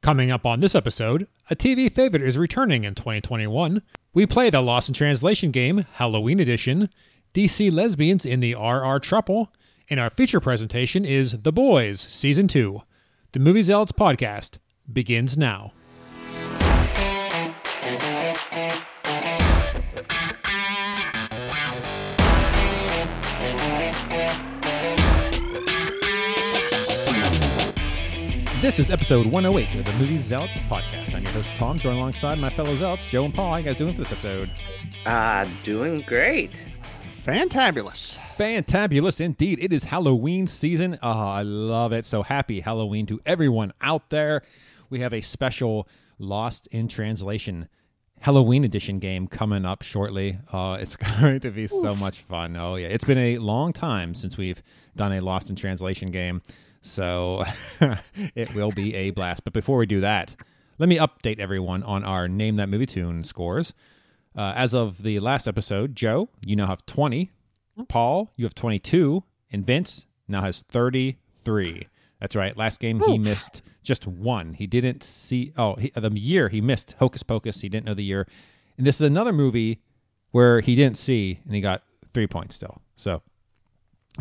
Coming up on this episode, a TV favorite is returning in 2021. We play the Lost in Translation game, Halloween Edition, DC Lesbians in the RR Trouble, and our feature presentation is The Boys, Season 2. The Movie Zealots podcast begins now. This is episode 108 of the Movie Zealots podcast. I'm your host, Tom, joined alongside my fellow Zealots, Joe and Paul. How you guys doing for this episode? Ah, doing great. Fantabulous. Fantabulous indeed. It is Halloween season. Oh, I love it. So happy Halloween to everyone out there. We have a special Lost in Translation Halloween edition game coming up shortly. Uh, it's going to be so much fun. Oh, yeah. It's been a long time since we've done a Lost in Translation game. So it will be a blast. But before we do that, let me update everyone on our Name That Movie Tune scores. Uh, as of the last episode, Joe, you now have 20. Paul, you have 22. And Vince now has 33. That's right. Last game, he missed just one. He didn't see. Oh, he, the year he missed Hocus Pocus. He didn't know the year. And this is another movie where he didn't see and he got three points still. So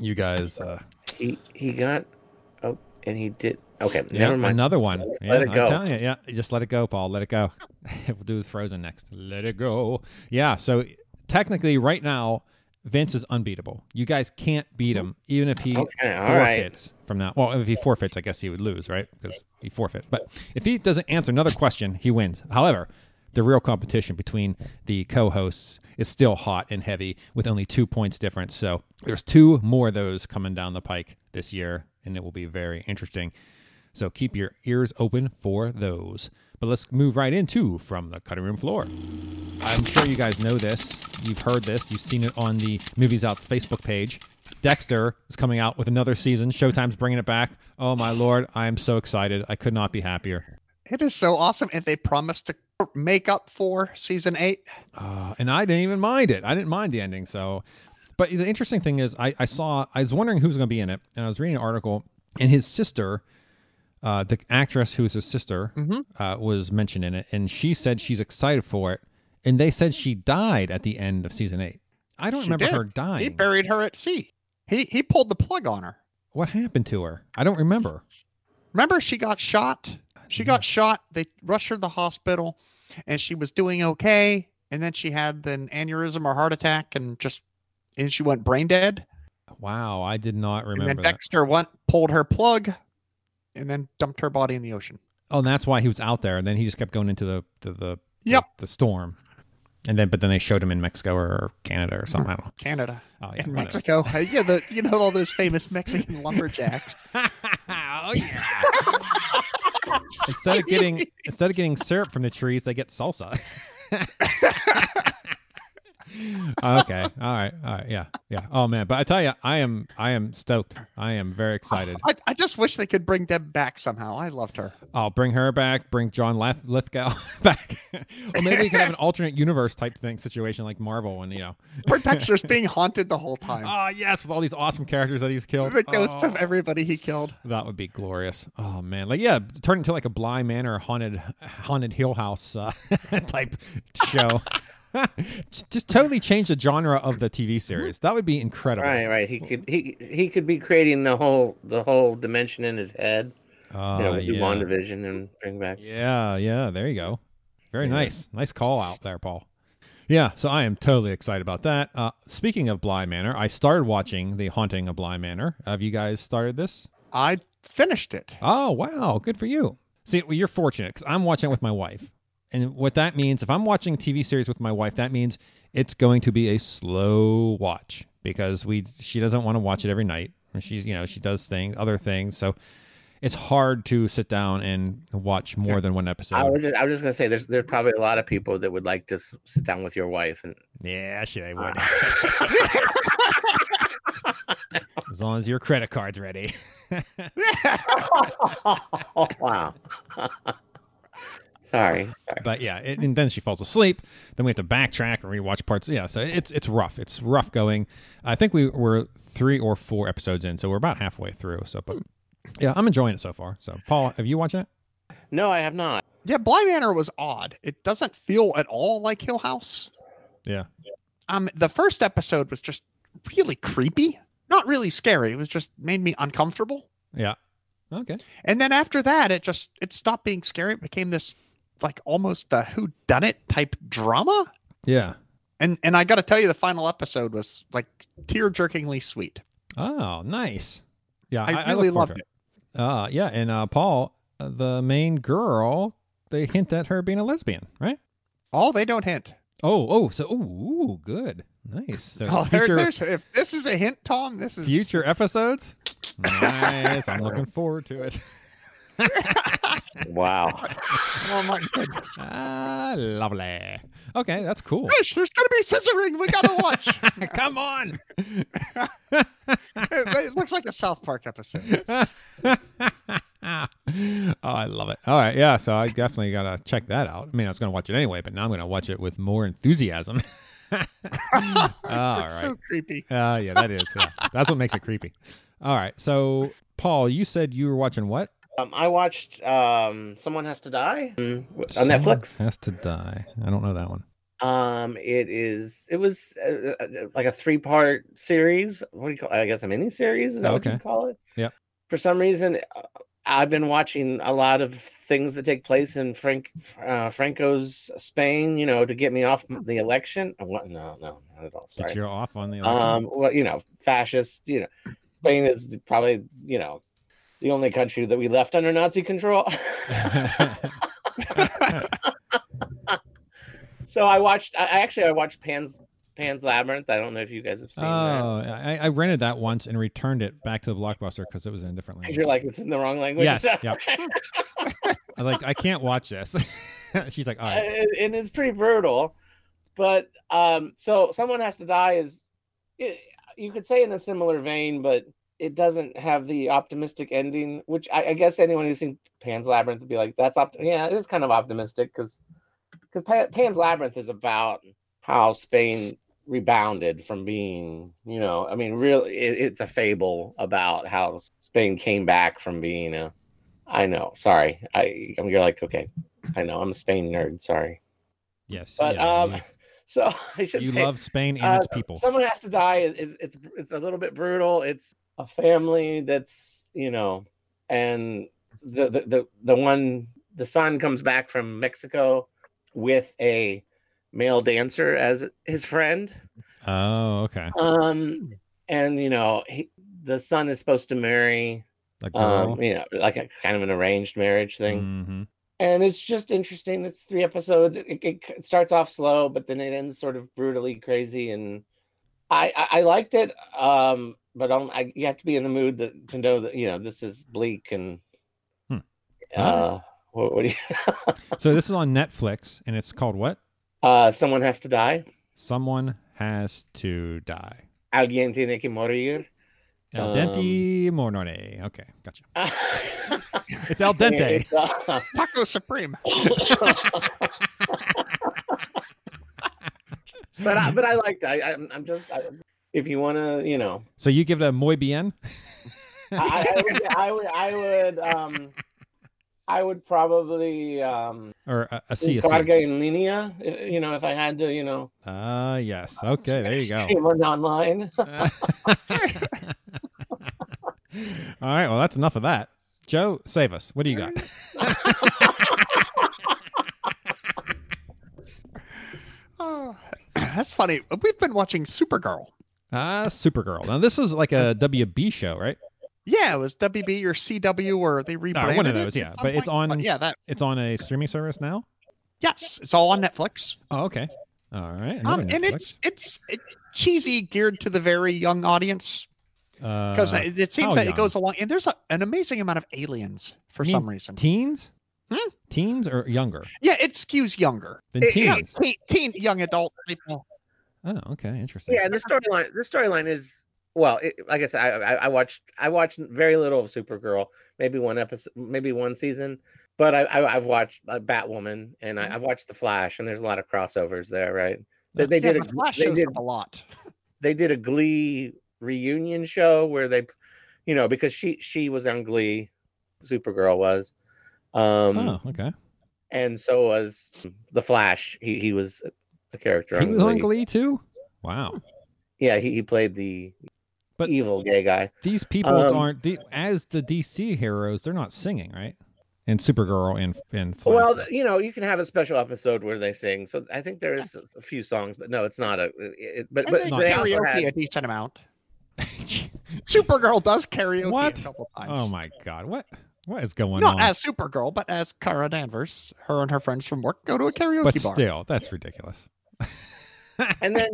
you guys. Uh, He he got oh, and he did. Okay, yeah, never mind. Another one. Let yeah, it go. I'm telling you, yeah, just let it go, Paul. Let it go. we'll do with Frozen next. Let it go. Yeah. So technically, right now, Vince is unbeatable. You guys can't beat him, even if he Okay, all right. forfeits from now. Well, if he forfeits, I guess he would lose, right? Because he forfeit. But if he doesn't answer another question, he wins. However, the real competition between the co-hosts is still hot and heavy, with only two points difference. So there's two more of those coming down the pike this year, and it will be very interesting. So keep your ears open for those. But let's move right into from the cutting room floor. I'm sure you guys know this. You've heard this. You've seen it on the Movies Out's Facebook page. Dexter is coming out with another season. Showtime's bringing it back. Oh my lord, I am so excited. I could not be happier. It is so awesome. And they promised to make up for season eight. Uh, and I didn't even mind it. I didn't mind the ending. So, but the interesting thing is, I, I saw. I was wondering who's going to be in it, and I was reading an article, and his sister, uh, the actress who is his sister, Mhm. uh, was mentioned in it, and she said she's excited for it, and they said she died at the end of season eight. I don't She remember did. her He dying. buried her at sea. He he pulled the plug on her. what happened to her? I don't remember. Remember, she got shot. She Mm-hmm. got shot. They rushed her to the hospital, and she was doing okay. And then she had an aneurysm or heart attack, and just and she went brain dead. Wow, I did not remember and then that. Dexter went pulled her plug, and then dumped her body in the ocean. oh, and that's why he was out there, and then he just kept going into the the the, Yep. the, the storm, and then but then they showed him in Mexico or Canada or something. I don't know. Canada Oh yeah, and whatever. Mexico. Uh, yeah, the you know all those famous Mexican lumberjacks. oh yeah. instead of getting instead of getting syrup from the trees, they get salsa. okay. All right. All right. Yeah. Yeah. Oh man. But I tell you, I am I am stoked. I am very excited. I, I just wish they could bring Deb back somehow. I loved her. I'll bring her back. Bring John Lith- Lithgow back. or maybe we can have an alternate universe type thing situation like Marvel, and you know, Poor Dexter's being haunted the whole time. oh yes, with all these awesome characters that he's killed. the ghosts Oh. of everybody he killed. That would be glorious. Oh man, like yeah, turn into like a Bly Manor or haunted haunted Hill House uh, type show. Just just totally change the genre of the TV series. That would be incredible. Right, right. He could he he could be creating the whole the whole dimension in his head. Uh, You know, do yeah. WandaVision and bring back. yeah, yeah. There you go. Very Yeah. nice. Nice call out there, Paul. Yeah, so I am totally excited about that. Uh, speaking of Bly Manor, I started watching The Haunting of Bly Manor. Have you guys started this? I finished it. Oh, wow. Good for you. See, well, you're fortunate because I'm watching it with my wife. And what that means, if I'm watching a TV series with my wife, that means it's going to be a slow watch because we she doesn't want to watch it every night. And She's you know she does things other things, so it's hard to sit down and watch more than one episode. I was just, I was just gonna say there's there's probably a lot of people that would like to s- sit down with your wife and yeah, shit, I would. as long as your credit card's ready. Oh, wow. Sorry. But yeah, it, and then she falls asleep. Then we have to backtrack and rewatch parts. Yeah, so it's it's rough. It's rough going. I think we were three or four episodes in, so we're about halfway through. So, but yeah, I'm enjoying it so far. So, Paul, have you watched it? No, I have not. Yeah, Bly Manor was odd. It doesn't feel at all like Hill House. Yeah. Um, the first episode was just really creepy. Not really scary. It was just made me uncomfortable. Yeah. Okay. And then after that, it just it stopped being scary. It became this like almost a who done it type drama. Yeah. And and I got to tell you, the final episode was like tear jerkingly sweet. Oh, nice. Yeah, I, really loved it. Uh, yeah, and uh, Paul, uh, the main girl, they hint at her being a lesbian, right? Oh, they don't hint. Oh, oh, so ooh, good, nice. So Oh, there- future there's if this is a hint, Tom. This is future episodes. Nice. I'm looking forward to it. Wow. Oh my goodness. Ah, lovely. Okay, that's cool. Gosh, there's gonna be scissoring. We gotta watch. Come on. it, it looks like a South Park episode. oh, I love it. All right, yeah. So I definitely gotta check that out. I mean, I was gonna watch it anyway, but now I'm gonna watch it with more enthusiasm. All right. It's so creepy. Uh, yeah, that is. Yeah. That's what makes it creepy. All right. So, Paul, you said you were watching what? Um, I watched um, Someone Has to Die mm, on Someone Netflix. Has to die. I don't know that one. Um, it is. It was uh, uh, like a three-part series. What do you call? I guess a mini series. Is that Oh, what Okay. you call it? Yep. For some reason, uh, I've been watching a lot of things that take place in Frank uh, Franco's Spain. You know, to get me off the election. Uh, What? No, no, not at all. Sorry. That you're off on the. election? um well you know fascist you know spain is probably you know the only country that we left under nazi control so i watched i I actually i watched pan's pan's labyrinth i don't know if you guys have oh, seen that I, I rented that once and returned it back to the blockbuster because it was in a different language. because you're like it's in the wrong language yes, yep. I like I can't watch this. She's like, all right, and, and it's pretty brutal. But um, so someone has to die is it, you could say in a similar vein, but it doesn't have the optimistic ending, which I, I guess anyone who's seen Pan's Labyrinth would be like, that's opt- yeah, it is kind of optimistic because because pa- Pan's Labyrinth is about how Spain rebounded from being, you know, I mean, really, it, it's a fable about how Spain came back from being a. I know, sorry, I I'm, you're like okay, I know I'm a Spain nerd, sorry, yes. but yeah, um, so I you, should you say love Spain and its uh, people. Someone has to die. Is it's it's a little bit brutal. It's a family that's you know, and the the the, the one the son comes back from Mexico with a male dancer as his friend. oh, okay. Hmm. Um, and you know he. The son is supposed to marry, Like girl. um, you know, like a kind of an arranged marriage thing hmm and it's just interesting. It's three episodes. It, it, it starts off slow, but then it ends sort of brutally crazy, and I I, I liked it. Um, but um, I, you have to be in the mood that, to know that you know this is bleak and Hmm. uh, what, what do you So this is on Netflix and it's called what? uh, someone has to die. Someone has to die. Alguien tiene que morir. Al Um, dente mornore. Okay, gotcha. It's al dente. It's, uh, Taco Supreme. Oh. but I, but I liked. it. I I'm, I'm just I, if you want to, you know, So you give it a muy bien? I, I would, I would, I would, um, I would probably um, Or uh, a, a C, a C. carga in linea. i- eh, You know, if I had to, you know, Ah, yes. Okay, there you go. stream it online. All right, well, that's enough of that. Joe, save us. What do you got? Mm. Oh, that's funny. We've been watching Supergirl. Ah, Supergirl. Now, this is like a WB show, right? Yeah, it was WB or CW or they rebranded one of it those, at yeah, some but it's point. on- yeah, that. It's on a streaming service now? Yes, it's all on Netflix. Oh, okay. All right. Um, and it's it's it, cheesy, geared to the very young audience because because it, it seems how that young? it goes along. And there's a, an amazing amount of aliens for Me- some reason. teens? Hmm? Teens or younger yeah, it skews younger. than It- Yeah, teens? teen, teen, young adult people. Oh, okay. Interesting. yeah, and the storyline. The storyline is well. It, like I said, I, I I watched I watched very little of Supergirl. Maybe one episode, maybe one season. But I, I I've watched uh, Batwoman and I, I've watched The Flash, and there's a lot of crossovers there, right? They, they Yeah, did the a, Flash they shows did up a lot. they did a glee reunion show where they you know because she she was on glee supergirl was Um, Oh, okay. And so was the Flash. He he was a character. He on was on Glee. Glee too. E Wow. Yeah, he, he played the But- evil gay guy. These people Um, aren't the, as the DC heroes. They're not singing, right? And Supergirl and and Flash. Well, you know, you can have a special episode where they sing. So I think there is a few songs, but no, it's not a. It, but And but they not they also had- karaoke a decent amount. Supergirl does karaoke What? a couple times. oh my God! What what is going Not on? as Supergirl, but as Kara Danvers. Her and her friends from work go to a karaoke but bar. still, that's ridiculous. and then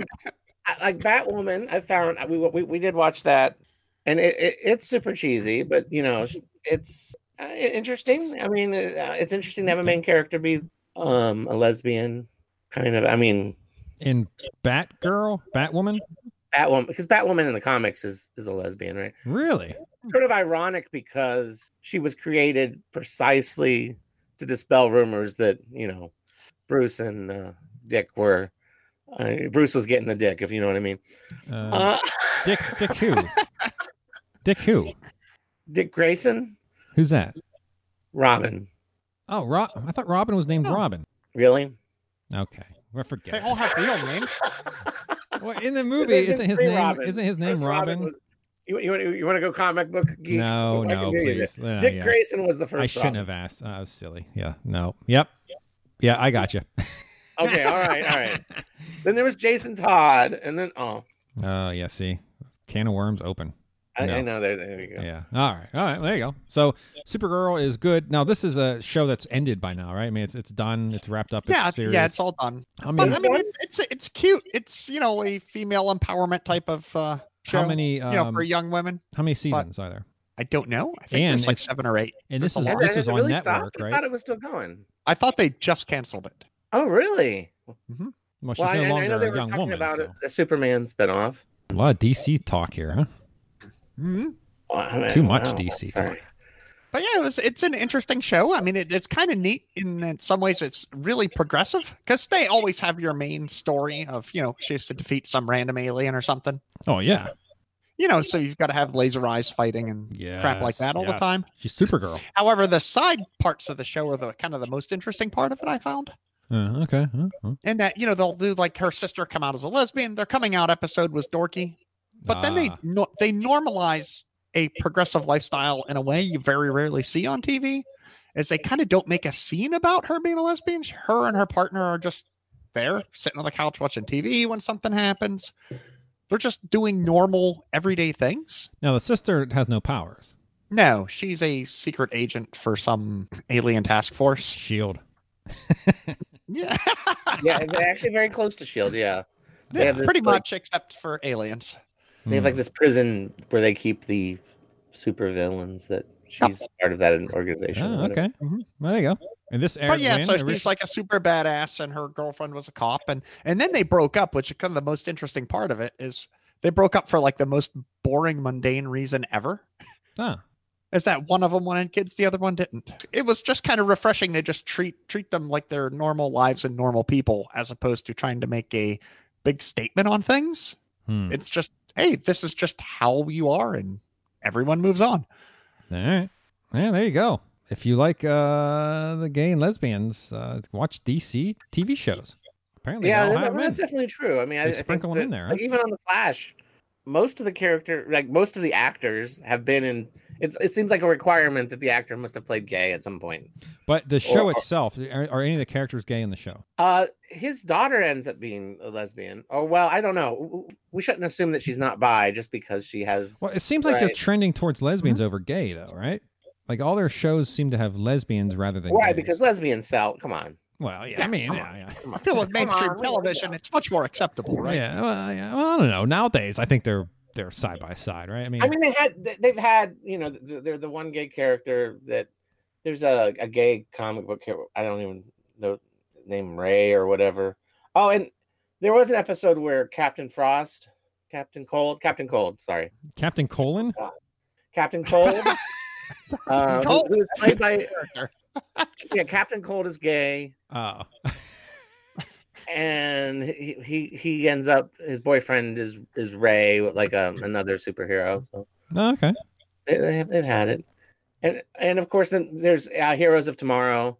I- like Batwoman, I found we we, we did watch that, and it, it it's super cheesy, but you know sh- it's uh, i- interesting. I mean, uh, it's interesting to have a main character be um a lesbian, kind of. I mean, In Batgirl, Batwoman, Batwoman because Batwoman in the comics is is a lesbian, right? really? Sort of ironic because she was created precisely to dispel rumors that you know Bruce and uh, Dick were. Uh, Bruce was getting the dick, if you know what I mean. Uh, Uh, Dick Dick who? Dick who? Dick Grayson, Who's that? Robin. Oh, Rob. I thought Robin was named No. Robin. Really? Okay, I forget. They all have real names. Well, in the movie, There's been isn't his three name? Robins. Isn't his First name Robin? was- you, you, want- you want to go comic book geek? Oh, No, I can no, do you please. No, that. Dick yeah. Grayson was the first. I shouldn't Robin. have asked. I was silly. Yeah. No. Yep. Yeah, I got you. Okay, all right, all right. Then there was Jason Todd, and then oh, Oh yeah. See, can of worms open. I, No. I know there. There you go. Yeah. All right. All right. There you go. So Supergirl is good. Now this is a show that's ended by now, right? I mean, it's it's done. It's wrapped up. yeah, It's it's- serious. yeah, it's all done. I But, mean, I mean, it, it's it's cute. It's you know a female empowerment type of uh, show. how many you know um, for young women. how many seasons are there? I don't know. I think And there's like it's- seven or eight. And this There's is a And lot. this then is Oh, it on really network, stopped? I right? thought it was still going. I thought they just canceled it. Oh, really? Well, she's Well, no I, I- I know longer they a were young talking woman. about it, so. the Superman spinoff. A lot of DC talk here, huh? hmm Wow, I mean, Too much wow, DC Sorry. But yeah, it was. It's an interesting show. I mean, it, it's kind of neat in that some ways. It's really progressive because they always have your main story of you know she has to defeat some random alien or something. Oh yeah. You know, so you've got to have laser eyes fighting and Yeah. crap like that all the time. She's Supergirl. However, the side parts of the show are the kind of the most interesting part of it. I found. Uh, okay. Uh, uh. and that you know they'll do like her sister come out as a lesbian. Their coming out episode was dorky, but then they Ah. no, they normalize a progressive lifestyle in a way you very rarely see on TV, as they kind of don't make a scene about her being a lesbian. Her and her partner are just there sitting on the couch watching TV when something happens. They're just doing normal everyday things. Now the sister has no powers. No, she's a secret agent for some alien task force. Shield. Yeah, Yeah, they're actually very close to Shield. E Yeah, They yeah have this, pretty like- much, except for aliens. they have Hmm. like this prison where they keep the supervillains that she's part of that organization. or Ah, whatever. Oh. okay. Mhm. There you go. And this aired but yeah, when? so Orig- she's like a super badass, and her girlfriend was a cop, and and then they broke up, which is kind of the most interesting part of it is they broke up for like the most boring, mundane reason ever. Ah, Is that one of them wanted kids, the other one didn't. It was just kind of refreshing. They just treat treat them like their normal lives and normal people, as opposed to trying to make a big statement on things. hmm. It's just hey, this is just how you are, and everyone moves on. All right. Yeah, there you go. If you like uh, the gay and lesbians, uh, watch DC TV shows. Apparently, yeah, yeah, that- that's definitely true. I mean, I, They I think sprinkle 'em in that, there, huh? Like even on the Flash, most of the character, like most of the actors, have been in. It's, it seems like a requirement that the actor must have played gay at some point. But the show Or- itself, are, are any of the characters gay in the show? Uh, his daughter ends up being a lesbian. Oh well, I don't know. We shouldn't assume that she's not bi just because she has. Well, it seems like they're Right. Mm-hmm. trending towards lesbians over gay, though, right? Like all their shows seem to have lesbians rather than Why? gays. Because lesbians sell. Come on. well, yeah, I mean, yeah, yeah. I feel with Come mainstream on, we- television, it's much more acceptable, right? Yeah, well, yeah, well, I don't know. Nowadays, I think they're they're side by side, right? I mean, I mean, they had they- they've had you know th- they're the one gay character that there's a, a gay comic book character I don't even know name Ray or whatever. Oh, and there was an episode where Captain Frost, Captain Cold, Captain Cold, sorry, Captain Colon. Captain Cold, uh, who- Cold. who is played by yeah, Captain Cold is gay, Oh, and he he, he ends up his boyfriend is is Ray, like um another superhero. So Oh, okay. they, they, they've had it. and and of course then there's uh, Heroes of Tomorrow,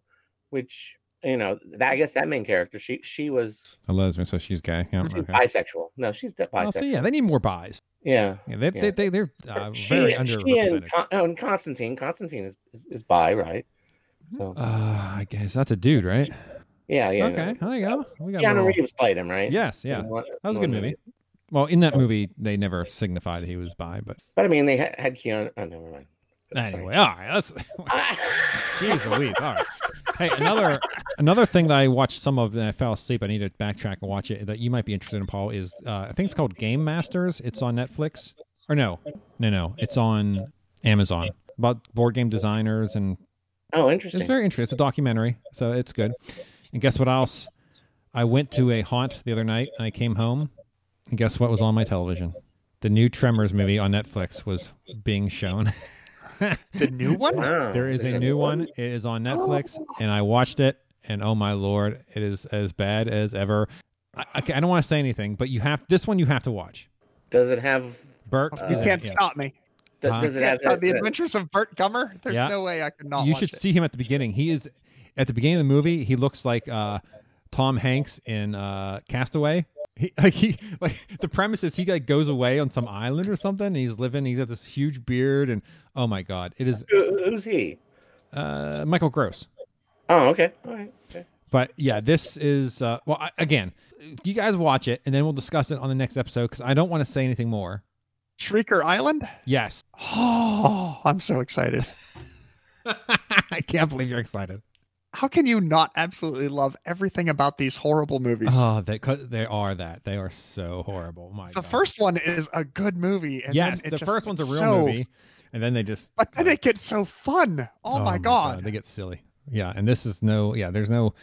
which you know that, I guess that main character she she was A lesbian, so she's gay. Yeah, she's okay. bisexual. No, she's de- Oh, bisexual. so yeah, they need more buys. yeah. Yeah, they, Yeah. They, they, they're uh, She- very she underrepresented. and, Con- oh, and Constantine. Constantine is, is is bi, right? So Uh, I guess that's a dude, right? yeah, yeah. okay, there you go. We got a Keanu little- Reeves played him, right? Oh. Yes, yeah. In one- That was a in good one movie. Well, in that movie, they never signified that he was bi, but But I mean, they had, had Keanu. Oh, never mind. Sorry. anyway, all right. That's Ah. jeez Louise. All right. Hey, another another thing that I watched some of and I fell asleep. I need to backtrack and watch it. That you might be interested in, Paul, is uh, I think it's called Game Masters. It's on Netflix, or no, no, no, it's on Amazon. About board game designers and oh, interesting. It's very interesting. It's a documentary, so it's good. And guess what else? I went to a haunt the other night, and I came home, and guess what was on my television? The new Tremors movie on Netflix was being shown. The new one? Wow. there is There's a new one. It is on Netflix, and I watched it, and oh my lord, it is as bad as ever. I, I, I don't want to say anything, but you have this one. You have to watch. Does it have? Bert, you is in can't it, yes. stop me. d- Huh? Does it Yeah, have uh, that, the that- Adventures of Bert Gummer. There's Yeah. no way I could not you watch should it. see him at the beginning. He is at the beginning of the movie. He looks like uh, Tom Hanks in uh, Castaway. He like he like the premise is he like goes away on some island or something. And he's living. He's got this huge beard and oh my god, it is who- who's he? uh, Michael Gross. Oh, okay. All right. Okay. But yeah, this is uh, well I, again. You guys watch it and then we'll discuss it on the next episode because I don't want to say anything more. Shrieker Island? Yes, Oh, I'm so excited. I can't believe you're excited. How can you not absolutely love everything about these horrible movies? Oh, they they are that they are so horrible. My the God. first one is a good movie. And yes, then it the just first one's a gets real so- movie, Oh. and then they just. But then it gets so fun. Oh, my, God. they get silly. Yeah, and this is no. Yeah, there's no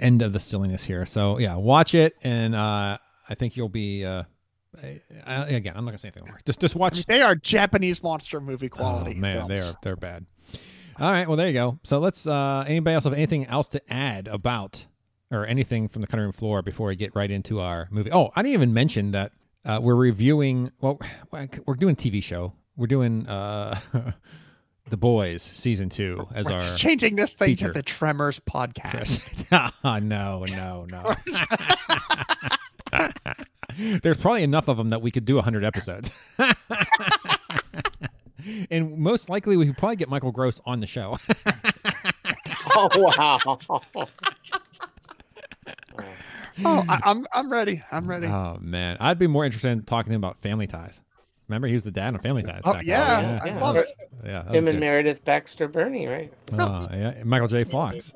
end of the silliness here. So yeah, watch it, and uh, I think you'll be. Uh, I, I- again, I'm not gonna say anything more. Just just I mean, watch. they are Japanese monster movie Oh, quality. man, films. they're they're bad. All right, well there you go. So let's. Uh, anybody else have anything else to add about or anything from the cutting room floor before we get right into our movie? Oh, I didn't even mention that uh, we're reviewing. Well, we're doing TV show. We're doing uh, the Boys season two as We're our just changing this thing feature. to the Tremors podcast. Ah, no, no, no. There's probably enough of them that we could do 100 episodes. and most likely, we could probably get Michael Gross on the show. Oh wow. oh, I, I'm I'm ready. I'm ready. oh, man. I'd be more interested in talking to him about family ties. Remember, he was the dad on Family Ties. Oh, back in the yeah, day. I that love was- Yeah, that was Him good. and Meredith Baxter Burney, right? Oh, yeah. Michael J. Fox.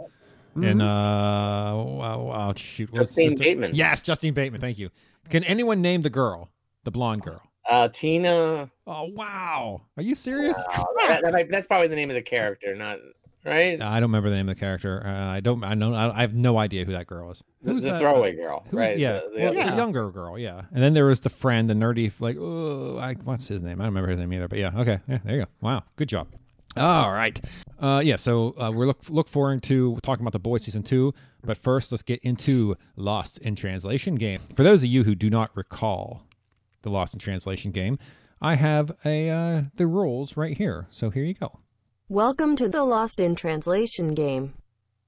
Mhm. And uh, wow, oh, shoot, what's Justine sister- Bateman. Yes, Justine Bateman. Thank you. Can anyone name the girl, the blonde girl? Uh, Tina. Oh wow! Are you serious? Oh, that- that might- that's probably the name of the character, not right. I don't remember the name of the character. Uh, I don't. I know. I I have no idea who that girl is. the Who's the that? throwaway girl, Who's, right? Yeah, The- the- well, the yeah. younger girl. Yeah, and then there was the friend, the nerdy. Like, oh, I, what's his name? I don't remember his name either. But yeah, okay. Yeah, there you go. Wow, good job. All right. Uh, yeah. So uh, we're look look forward to talking about the boys season two. But first, let's get into Lost in Translation game. For those of you who do not recall the Lost in Translation game, I have a uh, the rules right here. So here you go. Welcome to the Lost in Translation game.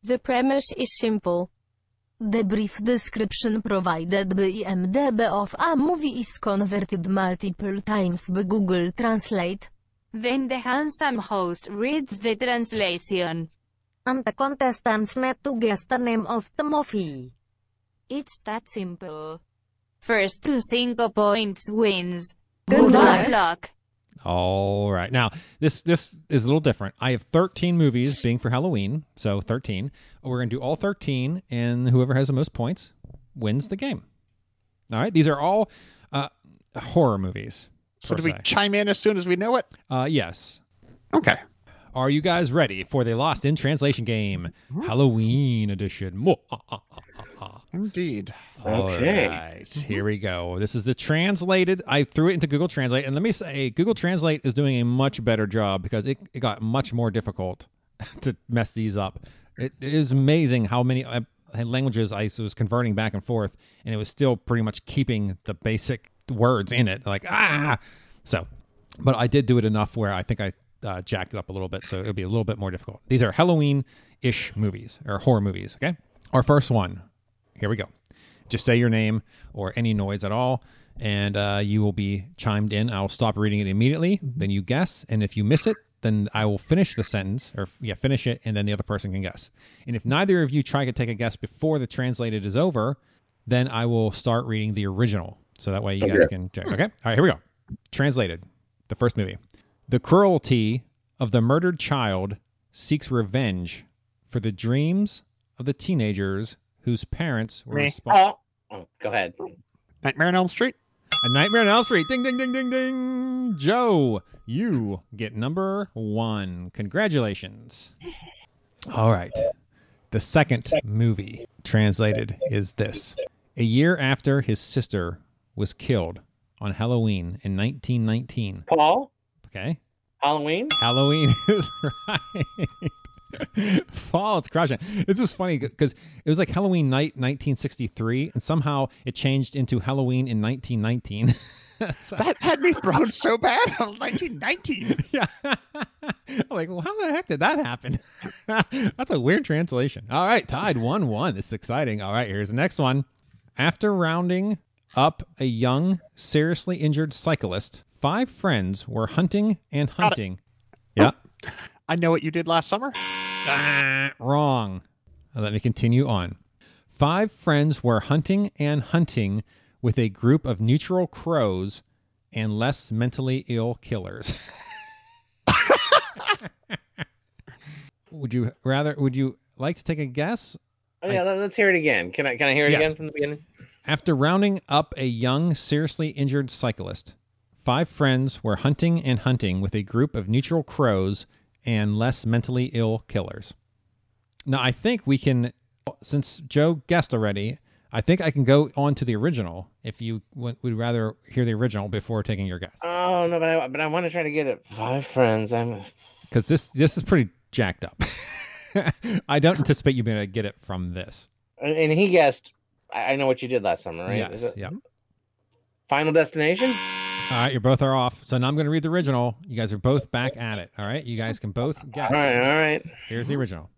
The premise is simple. The brief description provided by IMDb of a movie is converted multiple times by Google Translate. Then the handsome host reads the translation. And the contestants need to guess the name of the movie. It's that simple. First to cinco points wins. Good luck. luck. All right. Now, this this is a little different. I have 13 movies being for Halloween, so 13. We're going to do all 13 and whoever has the most points wins the game. All right? These are all uh, horror movies. so per do we se. chime in as soon as we know it? Uh yes. Okay. Are you guys ready for the Lost in Translation game, Halloween edition? Mo- ah, ah, ah, ah, ah. Indeed. Okay. All right, here we go. This is the translated. I threw it into Google Translate, and let me say, Google Translate is doing a much better job because it, it got much more difficult to mess these up. It, it is amazing how many uh, languages I was converting back and forth, and it was still pretty much keeping the basic words in it. Like ah, so, but I did do it enough where I think I uh, jacked it up a little bit, so it'll be a little bit more difficult. These are Halloween ish movies or horror movies. Okay. Our first one. Here we go. Just say your name or any noise at all, and uh, you will be chimed in. I'll stop reading it immediately. Then you guess, and if you miss it, then I will finish the sentence or yeah, finish it, and then the other person can guess. And if neither of you try to take a guess before the translated is over, then I will start reading the original. So that way you guys can check. Okay. All right. Here we go. Translated. The first movie. The cruelty of the murdered child seeks revenge for the dreams of the teenagers whose parents were Meh. responsible. Oh, oh, go ahead. Nightmare on Elm Street. A Nightmare on Elm Street. Ding, ding, ding, ding, ding. Joe, you get number one. Congratulations. All right. The second movie translated is this A year after his sister was killed on Halloween in 1919. Paul, Okay. Halloween. Halloween is right. Paul, it's crushing. It's just funny because it was like Halloween night 1963, and somehow it changed into Halloween in 1919. So- That had me thrown so bad. 1919. yeah. like, well, how the heck did that happen? That's a weird translation. All right, tied 1 1. This is exciting. All right, here's the next one. After rounding up a young, seriously injured cyclist, five friends were hunting and it. hunting. Yeah. I know what you did last summer. Wrong. Now Uh, Let me continue on. Five friends were hunting and hunting with a group of neutral crows and less mentally ill killers. would you rather would you like to take a guess? Oh, yeah, let- let's hear it again. Can I can I hear it Yes. again from the beginning? After rounding up a young, seriously injured cyclist, five friends were hunting and hunting with a group of neutral crows and less mentally ill killers. Now, I think we can, since Joe guessed already, I think I can go on to the original if you would would rather hear the original before taking your guess. Oh no, but I but I want to try to get it. Five friends. I'm Because this, this is pretty jacked up. I don't anticipate you being able to get it from this. and- and he guessed. I, I know what you did last summer, right? Is Yes, it yeah. Final Destination? All right, you both are off. So now I'm going to read the original. You guys are both back at it. All right, you guys can both guess. All right, all right. Here's the original.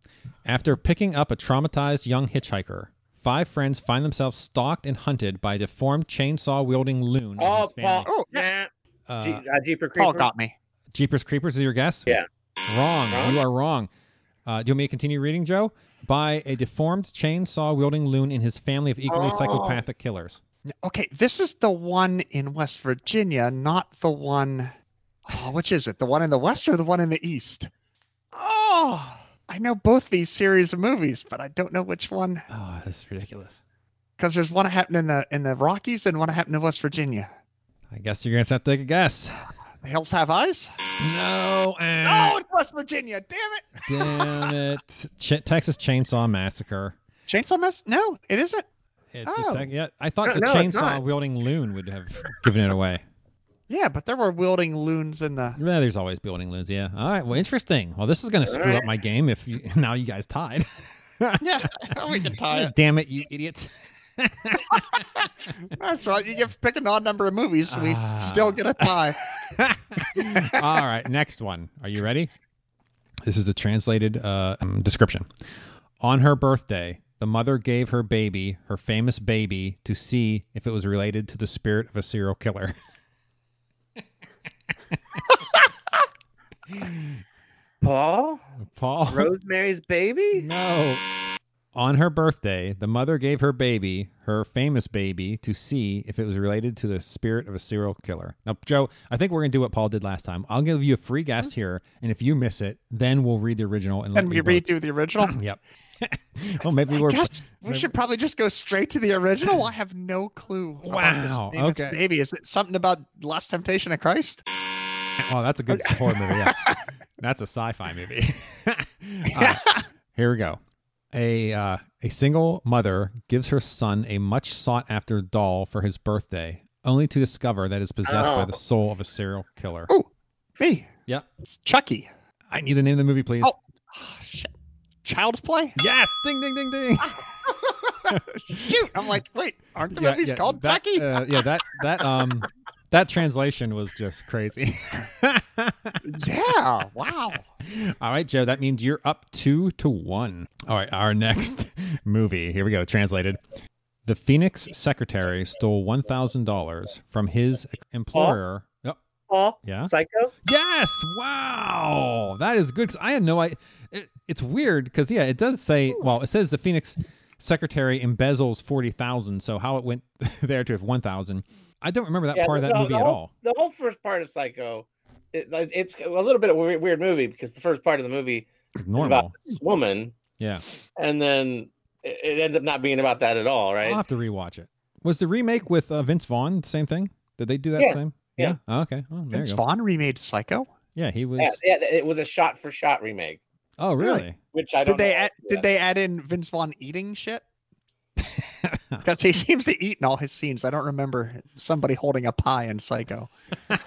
After picking up a traumatized young hitchhiker, five friends find themselves stalked and hunted by a deformed chainsaw wielding loon. and Oh, his family. Paul. Oh, yeah. Uh, Jeep, uh, Jeeper Creeper. Paul got me. Jeepers Creepers is your guess? Yeah. Wrong. Wrong? You are wrong. Uh, do you want me to continue reading, Joe? By a deformed chainsaw wielding loon and his family of equally Oh. psychopathic killers. Okay, this is the one in West Virginia, not the one. Oh, which is it? The one in the west or the one in the east? Oh, I know both these series of movies, but I don't know which one Oh, this is ridiculous. because there's one that happened in the in the Rockies and one that happened in West Virginia. I guess you're going to have to take a guess. The Hills Have Eyes. No. eh. No, it's Oh, West Virginia. Damn it! Damn it. Ch- Texas Chainsaw Massacre. Chainsaw Mess? No, it isn't. It's a Oh. tech- yeah, I thought No, the no, it's chainsaw not. wielding loon would have given it away. Yeah, but there were wielding loons in the. Yeah, there's always wielding loons. Yeah. All right. Well, interesting. Well, this is going to screw up my game if you, now you guys tied. Yeah, we can tie it. Damn it, you idiots! That's right. You get pick an odd number of movies, so we Ah. still get a tie. All right, next one. Are you ready? This is the translated uh, um, description. On her birthday, the mother gave her baby, her famous baby, to see if it was related to the spirit of a serial killer. Paul? Paul. Rosemary's Baby? No. On her birthday, the mother gave her baby, her famous baby, to see if it was related to the spirit of a serial killer. Now, Joe, I think we're going to do what Paul did last time. I'll give you a free guess here, and if you miss it, then we'll read the original Mm-hmm. and let Can we you both- redo the original? Yep. well, maybe I we're. guess we maybe- should probably just go straight to the original. I have no clue. about this Wow, famous okay. Baby, is it something about Last Temptation of Christ? Oh, that's a good horror movie. Yeah. That's a sci-fi movie. All right, here we go. A uh, a single mother gives her son a much sought after doll for his birthday, only to discover that it's possessed by the Oh. soul of a serial killer. Oh. Me. Yep. It's Chucky. I need the name of the movie, please. Oh. Ah, shit. Child's Play? Yes! Ding, ding, ding, ding. Shoot. I'm like, wait, aren't Ah, the Yeah, movies yeah, called that, Chucky? uh, yeah, that that um That translation was just crazy. yeah. Wow. All right, Joe, that means you're up two to one. All right, our next movie. Here we go, translated. The Phoenix secretary stole $1,000 from his employer. Yep. Paul, Yeah. Psycho. Yes! Wow, that is good. 'cause I had no idea. It, it's weird because yeah, it does say. Well, it says the Phoenix secretary embezzels forty thousand. So how it went there to one thousand, I don't remember that Yeah, part of that no, movie the at whole- all. The whole first part of Psycho, it, like, it's a little bit of a weird, weird movie because the first part of the movie It's is about normal. this woman, Yeah, and then it, it ends up not being about that at all, right? I'll have to rewatch it. Was the remake with uh, Vince Vaughn the same thing? Did they do that Yeah, same? yeah. Oh, okay. Oh, there Vince you go. Vaughn remade Psycho. Yeah, he was. yeah, yeah, it was a shot-for-shot remake, Oh, really? which I don't. Did they know how add, to do did that. they add in Vince Vaughn eating shit? Because he seems to eat in all his scenes. I don't remember somebody holding a pie in Psycho. well,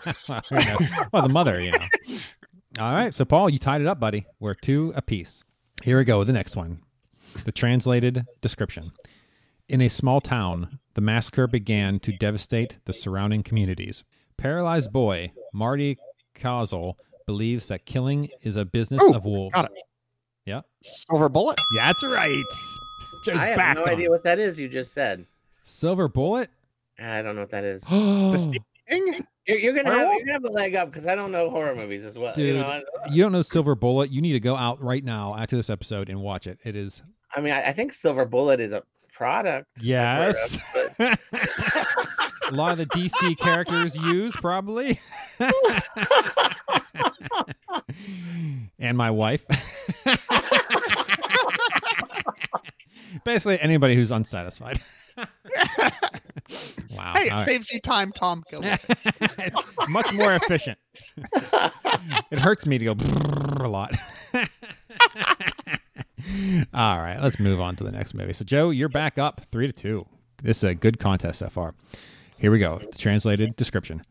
who knows? Well, the mother, you know. All right, so Paul, you tied it up, buddy. We're two apiece. Here we go with the next one. The translated description. In a small town, the massacre began to devastate the surrounding communities. Paralyzed boy Marty Kozel believes that killing is a business Ooh, of wolves. got it. Yeah. Silver Bullet. Yeah, that's right. Joe's I have back no on idea it. what that is. You just said. Silver bullet. I don't know what that is. Dude, Steve King? You're, you're gonna have, Werewolf? you're gonna have the leg up because I don't know horror movies as well. you know, I, you don't know Silver Bullet. You need to go out right now after this episode and watch it. It is I mean, I, I think Silver Bullet is a product. I've heard Yes. of, but a lot of the DC characters use probably. and my wife. Basically anybody who's unsatisfied. wow. Hey, it Uh, All right. saves you time, Tom Killer. It's much more efficient. it hurts me to go brrrr a lot. All right, let's move on to the next movie. So, Joe, you're back up three to two. This is a good contest so far. Here we go. Translated description.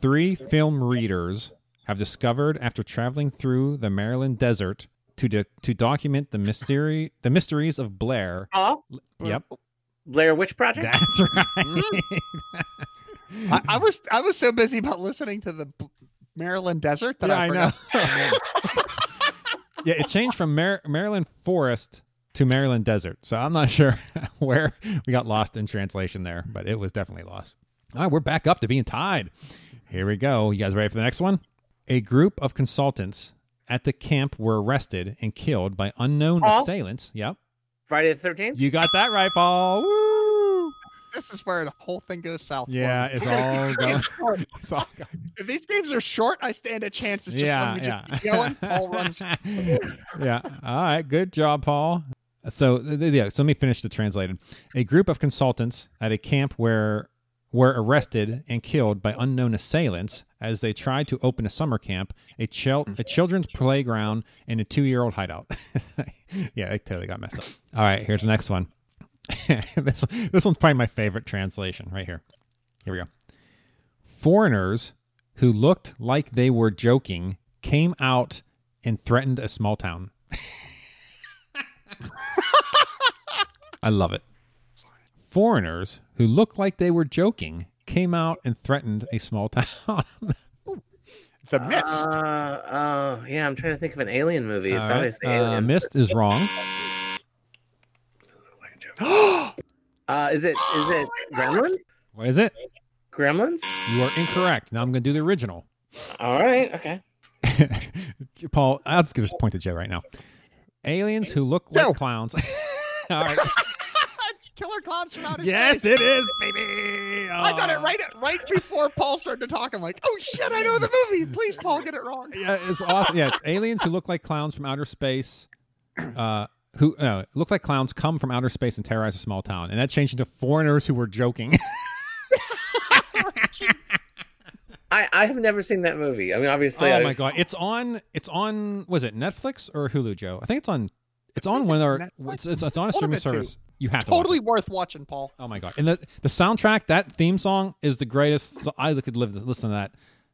Three film readers have discovered after traveling through the Maryland desert to do- to document the mystery the mysteries of Blair. Paul? Yep, Oh, Blair Witch Project. that's right. I, I was I was so busy about listening to the B- Maryland desert that Yeah, I I forgot. yeah, it changed from Mar- Maryland forest to Maryland desert. So I'm not sure where we got lost in translation there, but it was definitely lost. All right, we're back up to being tied. Here we go. You guys ready for the next one? A group of consultants at the camp were arrested and killed by unknown Paul? assailants. Yep. Friday the Thirteenth. You got that right, Paul. Woo! This is where the whole thing goes south. for Yeah, me. it's all going. It's all going. If these games are short, I stand a chance. It's just when we just keep going, all runs. yeah. All right. Good job, Paul. So th- th- yeah. So let me finish the translated. A group of consultants at a camp where were arrested and killed by unknown assailants as they tried to open a summer camp, a chil- Mm. a children's playground, and a two-year-old hideout. yeah, it totally got messed up. All right. Here's the next one. this one- this one's probably my favorite translation right here. Here we go. Foreigners who looked like they were joking came out and threatened a small town. I love it. Foreigners who looked like they were joking came out and threatened a small town. The mist. Uh, oh, yeah. I'm trying to think of an alien movie. It's All right, obviously uh, aliens. Mist is wrong. Uh, is it is it Gremlins? What is it? Gremlins. You are incorrect. Now I'm going to do the original. All right. Okay. Paul, I'll just give this point to Joe right now. Aliens who look like Joe. clowns. All right. It's Killer Clowns from outer yes, space. it is, baby. I got it Oh. right right before Paul started to talk. I'm like, oh shit, I know the movie. Please, Paul, get it wrong. yeah, it's awesome. Yeah, it's aliens who look like clowns from outer space. Uh, who uh, look like clowns come from outer space and terrorize a small town, and that changed into foreigners who were joking. I I have never seen that movie. I mean, obviously. oh I, my god, it's on. It's on. Was it Netflix or Hulu, Joe? I think it's on. It's on one of our. Netflix. It's, it's, it's on a One of streaming the two. service. You have to watch Totally it. worth watching, Paul. Oh my god! And the the soundtrack, that theme song is the greatest. So I could live listen to that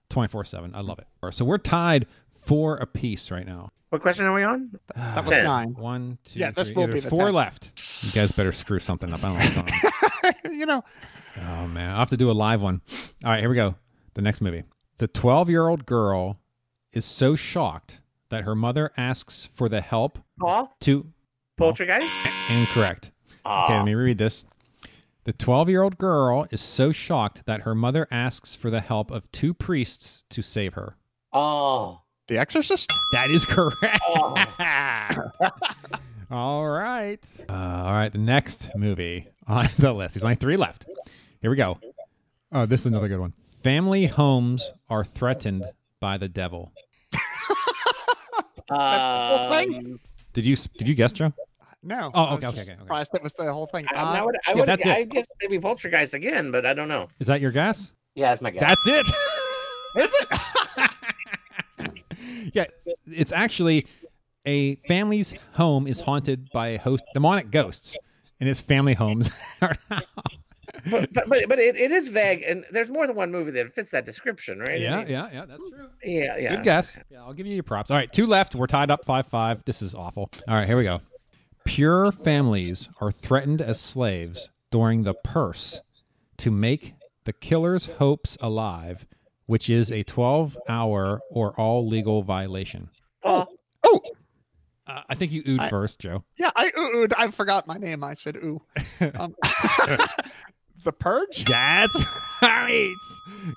twenty four seven. I love it. So we're tied four apiece right now. What question are we on? That was Ten. nine. One, two, Yeah, this three. will be There's the four time. left. You guys better screw something up. I don't know what's going on. you know, Oh man, I will have to do a live one. All right, here we go. The next movie. The 12 year old girl is so shocked that her mother asks for the help Paul? to. Poltergeist? Incorrect. Okay, let me read this. The 12 year old girl is so shocked that her mother asks for the help of two priests to save her. Oh. The Exorcist? That is correct. Oh. all right. Uh, all right. The next movie on the list. There's only three left. Here we go. Oh, this is another good one. Family homes are threatened by the devil. That's the whole thing? Um, Did you did you guess, Joe? No. Oh, I was okay, just okay, okay, okay. Surprised it was the whole thing. I, I Uh, would, I, yeah, would, that's it. I guess maybe Poltergeist again, but I don't know. Is that your guess? Yeah, that's my guess. That's it. is it? yeah, it's actually a family's home is haunted by a host demonic ghosts, and its family homes are now. but but, but, but it, it is vague, and there's more than one movie that fits that description, right? I Yeah, mean, yeah, yeah. That's true. yeah, yeah. Good guess. Yeah, I'll give you your props. All right, two left. We're tied up five five. This is awful. All right, here we go. Pure families are threatened as slaves during the purse to make the killer's hopes alive, which is a 12 hour or all legal violation. Paul, Oh, Uh, I think you oohed I- first, Joe. yeah. I ooh, oohed. I forgot my name. I said ooh. Um, the Purge? That's right.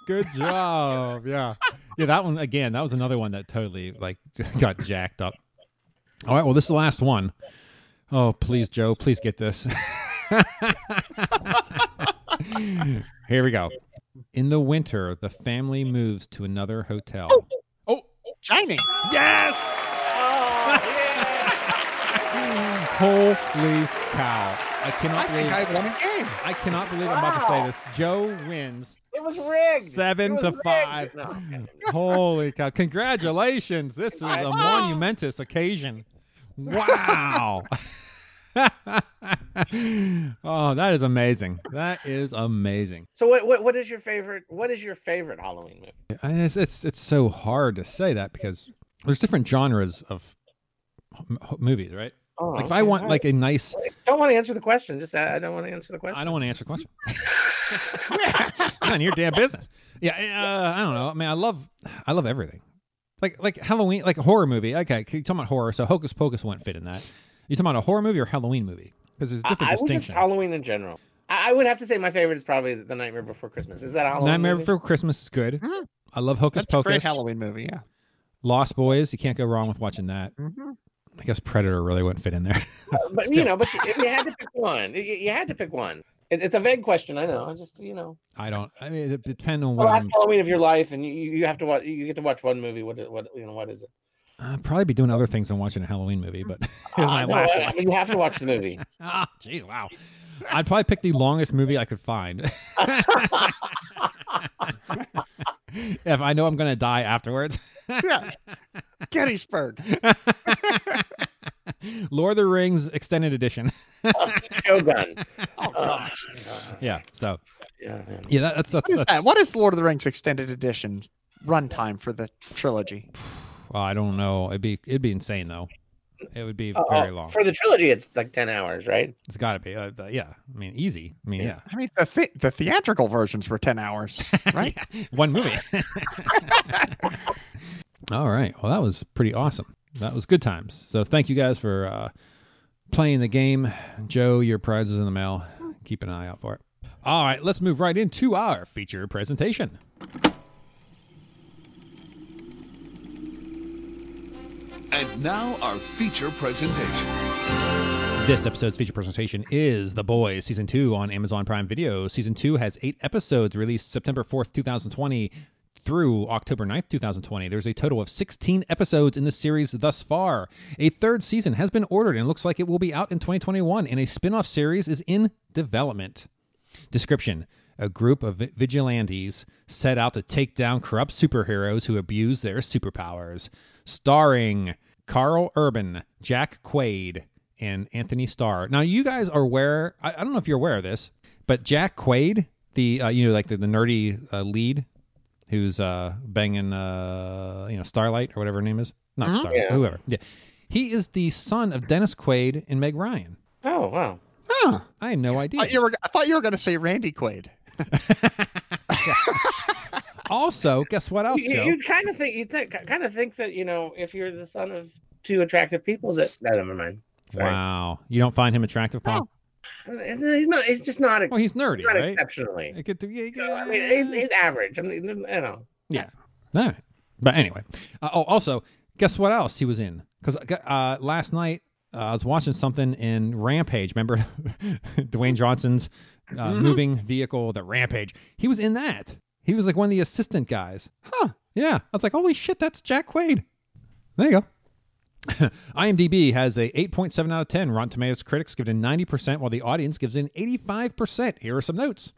Good job. Yeah. Yeah, that one again, that was another one that totally like got jacked up. All right, well, this is the last one. Oh, please, Joe, please get this. Here we go. In the winter, the family moves to another hotel. Oh, Shining. Yes! Holy cow. I I cannot think believe I I, won a game. cannot believe I'm about to say this. Joe wins it was rigged. Seven It was to rigged. five. No, okay. Holy cow. Congratulations. This is a monumentous occasion. Wow. oh, that is amazing. That is amazing. So what, what what is your favorite? What is your favorite Halloween movie? And It's, it's, it's so hard to say that because there's different genres of m- movies, right? Oh, Like if okay, I want all like right. a nice, don't want to answer the question. Just I I don't want to answer the I question. don't want to answer the question. None of your damn business. Yeah, uh, I don't know. I mean, I love, I love everything. Like, like Halloween, like a horror movie. Okay, you talking about horror, so Hocus Pocus won't fit in that. You talking about a horror movie or Halloween movie? Because there's a I, different I would just distinction. Halloween in general. I, I would have to say my favorite is probably The Nightmare Before Christmas. Is that a Halloween? Nightmare movie? Mm-hmm. Before Christmas is good. Mhm. I love Hocus That's a Pocus. great Halloween movie. Yeah. Lost Boys. You can't go wrong with watching that. Mhm. I guess Predator really wouldn't fit in there. But Still. you know, but if you had to pick one, you, you had to pick one. It, it's a vague question, I know. I just you know, I don't. I mean, it depends on the what last I'm. Halloween of your life, and you, you have to watch. You get to watch one movie. What what you know? What is it? I'll probably be doing other things than watching a Halloween movie, but here's my Uh, no, last I- one. I mean, you have to watch the movie. Ah, gee, wow. I'd probably pick the longest movie I could find. if I know I'm going to die afterwards. Yeah. Gettysburg. Lord of the Rings extended edition. Shogun. Oh, gosh. Yeah. So, Yeah, yeah. yeah, that, that's that's, What is that's that? What is Lord of the Rings extended edition runtime for the trilogy? well, I don't know. It'd be it'd be insane though. It would be Uh, Oh, very oh, long. For the trilogy, it's like ten hours, right? it's got to be. Uh, uh, yeah. I mean, easy. I mean, yeah. I mean, the th- the theatrical versions were ten hours, right? One movie. All right. Well, that was pretty awesome. That was good times. So thank you guys for uh, playing the game. Joe, your prize is in the mail. Keep an eye out for it. All right. Let's move right into our feature presentation. And now our feature presentation. This episode's feature presentation is The Boys Season 2 on Amazon Prime Video. Season 2 has eight episodes released September 4th, 2020 through October 9th, 2020. There's a total of 16 episodes in the series thus far. A third season has been ordered and looks like it will be out in 2021, and a spin off series is in development. Description A group of vi- vigilantes set out to take down corrupt superheroes who abuse their superpowers. Starring Carl Urban, Jack Quaid, and Anthony Starr. Now, you guys are aware, I, I don't know if you're aware of this, but Jack Quaid, the, uh, you know, like the, the nerdy uh, lead who's uh, banging, uh, you know, Starlight or whatever her name is. Not Starlight, Yeah. whoever. Yeah. He is the son of Dennis Quaid and Meg Ryan. Oh wow. Huh. I Uh, had no idea. I, you were, I thought you were going to say Randy Quaid. also, guess what else, you, Joe? you kind of think you think kind of think that you know if you're the son of two attractive people that no, never mind. Sorry. Wow, you don't find him attractive, Paul? He's not. He's just not. Well, he's nerdy, not right? exceptionally. It could- yeah, No, I yeah, mean, he's, he's average. I mean, you know. No. But anyway. Uh, oh, also, guess what else he was in? Because uh, last night uh, I was watching something in Rampage. Remember Dwayne Johnson's uh, moving vehicle, the Rampage? He was in that. He was like one of the assistant guys. Huh. Yeah. I was like, holy shit, that's Jack Quaid. There you go. IMDb has a 8.7 out of 10. Rotten Tomatoes critics give it a 90%, while the audience gives it an 85%. Here are some notes.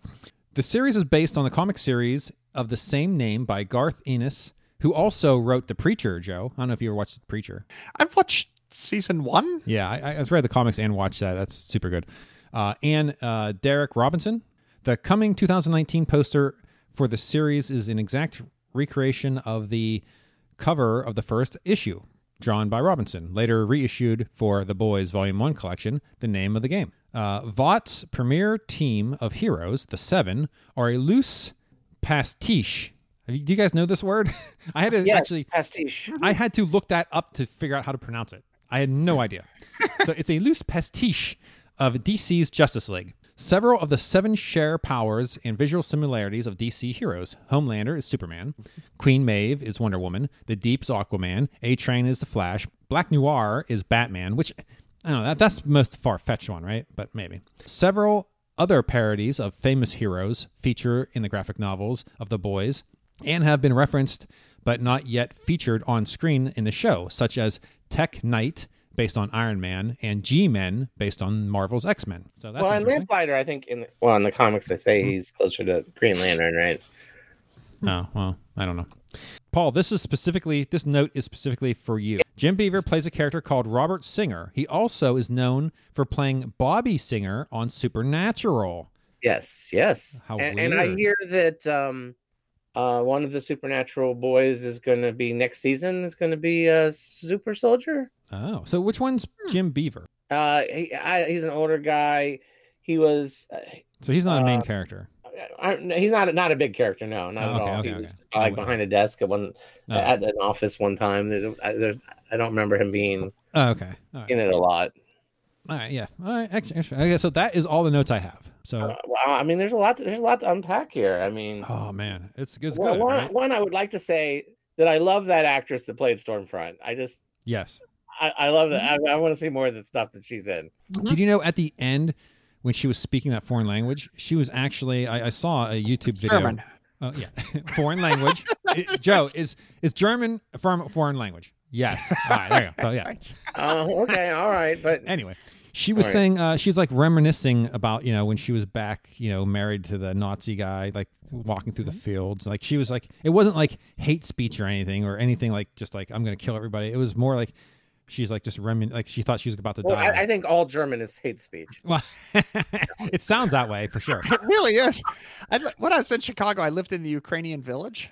The series is based on the comic series of the same name by Garth Ennis, who also wrote The Preacher, Joe. I don't know if you ever watched The Preacher. I've watched season one. Yeah, I, I- I've read the comics and watched that. That's super good. Uh, and uh, Derek Robinson. The coming 2019 poster for the series is an exact recreation of the cover of the first issue, drawn by Robinson, later reissued for The Boys Volume 1 collection, the name of the game. Uh, Vought's premier team of heroes, the Seven, are a loose pastiche. Have you- Do you guys know this word? I had to Yes, actually pastiche. I had to look that up to figure out how to pronounce it. I had no idea. so it's a loose pastiche of DC's Justice League. Several of the seven share powers and visual similarities of DC heroes. Homelander is Superman, Queen Maeve is Wonder Woman, The Deep's Aquaman, A Train is The Flash, Black Noir is Batman, which I don't know, that, that's the most far fetched one, right? But maybe. Several other parodies of famous heroes feature in the graphic novels of The Boys and have been referenced but not yet featured on screen in the show, such as Tech Knight, based on Iron Man, and G Men, based on Marvel's X Men. So that's well, and interesting. Hmm. Lamplighter, I think in the, well in the comics they say he's closer to Green Lantern, right? Oh, well, I don't know. Paul, this is specifically this note is specifically for you. Jim Beaver plays a character called Robert Singer. He also is known for playing Bobby Singer on Supernatural. Yes, yes. How and, and I weird. hear that um, uh, one of the Supernatural boys is going to be next season is going to be a super soldier. Oh, so which one's Hmm. Jim Beaver? Uh, he, I, he's an older guy. He was. So he's not a main Uh, character. I, I- he's not not a big character. No, not Oh, at okay, all. okay, he was okay. uh, like behind a desk at one Oh, at an office one time. There's, I, there's, I don't remember him being oh, okay. All right. in it a lot. All right. Yeah. All right. Actually, actually- okay. So that is all the notes I have. So, Uh, well, I mean, there's a lot. To, there's a lot to unpack here. I mean, oh man, it's it's one, good. one, right? one, I would like to say that I love that actress that played Stormfront. I just Yes. I, I love that. I, I want to see more of the stuff that she's in. Did you know at the end when she was speaking that foreign language, she was actually I, I saw a YouTube video. German. Oh yeah, foreign language. It- Joe is is German a foreign foreign language? Yes. All right, there you go. So yeah. Oh, okay, all right, but Anyway, she was All right. saying uh, she's like reminiscing about you know when she was back you know married to the Nazi guy like walking through the fields like she was like it wasn't like hate speech or anything or anything like just like I'm gonna kill everybody. It was more like she's like just remin like she thought she was about to well, die. I, I think all German is hate speech. Well, it sounds that way for sure. It really is. I, li- when I was in Chicago, I lived in the Ukrainian village,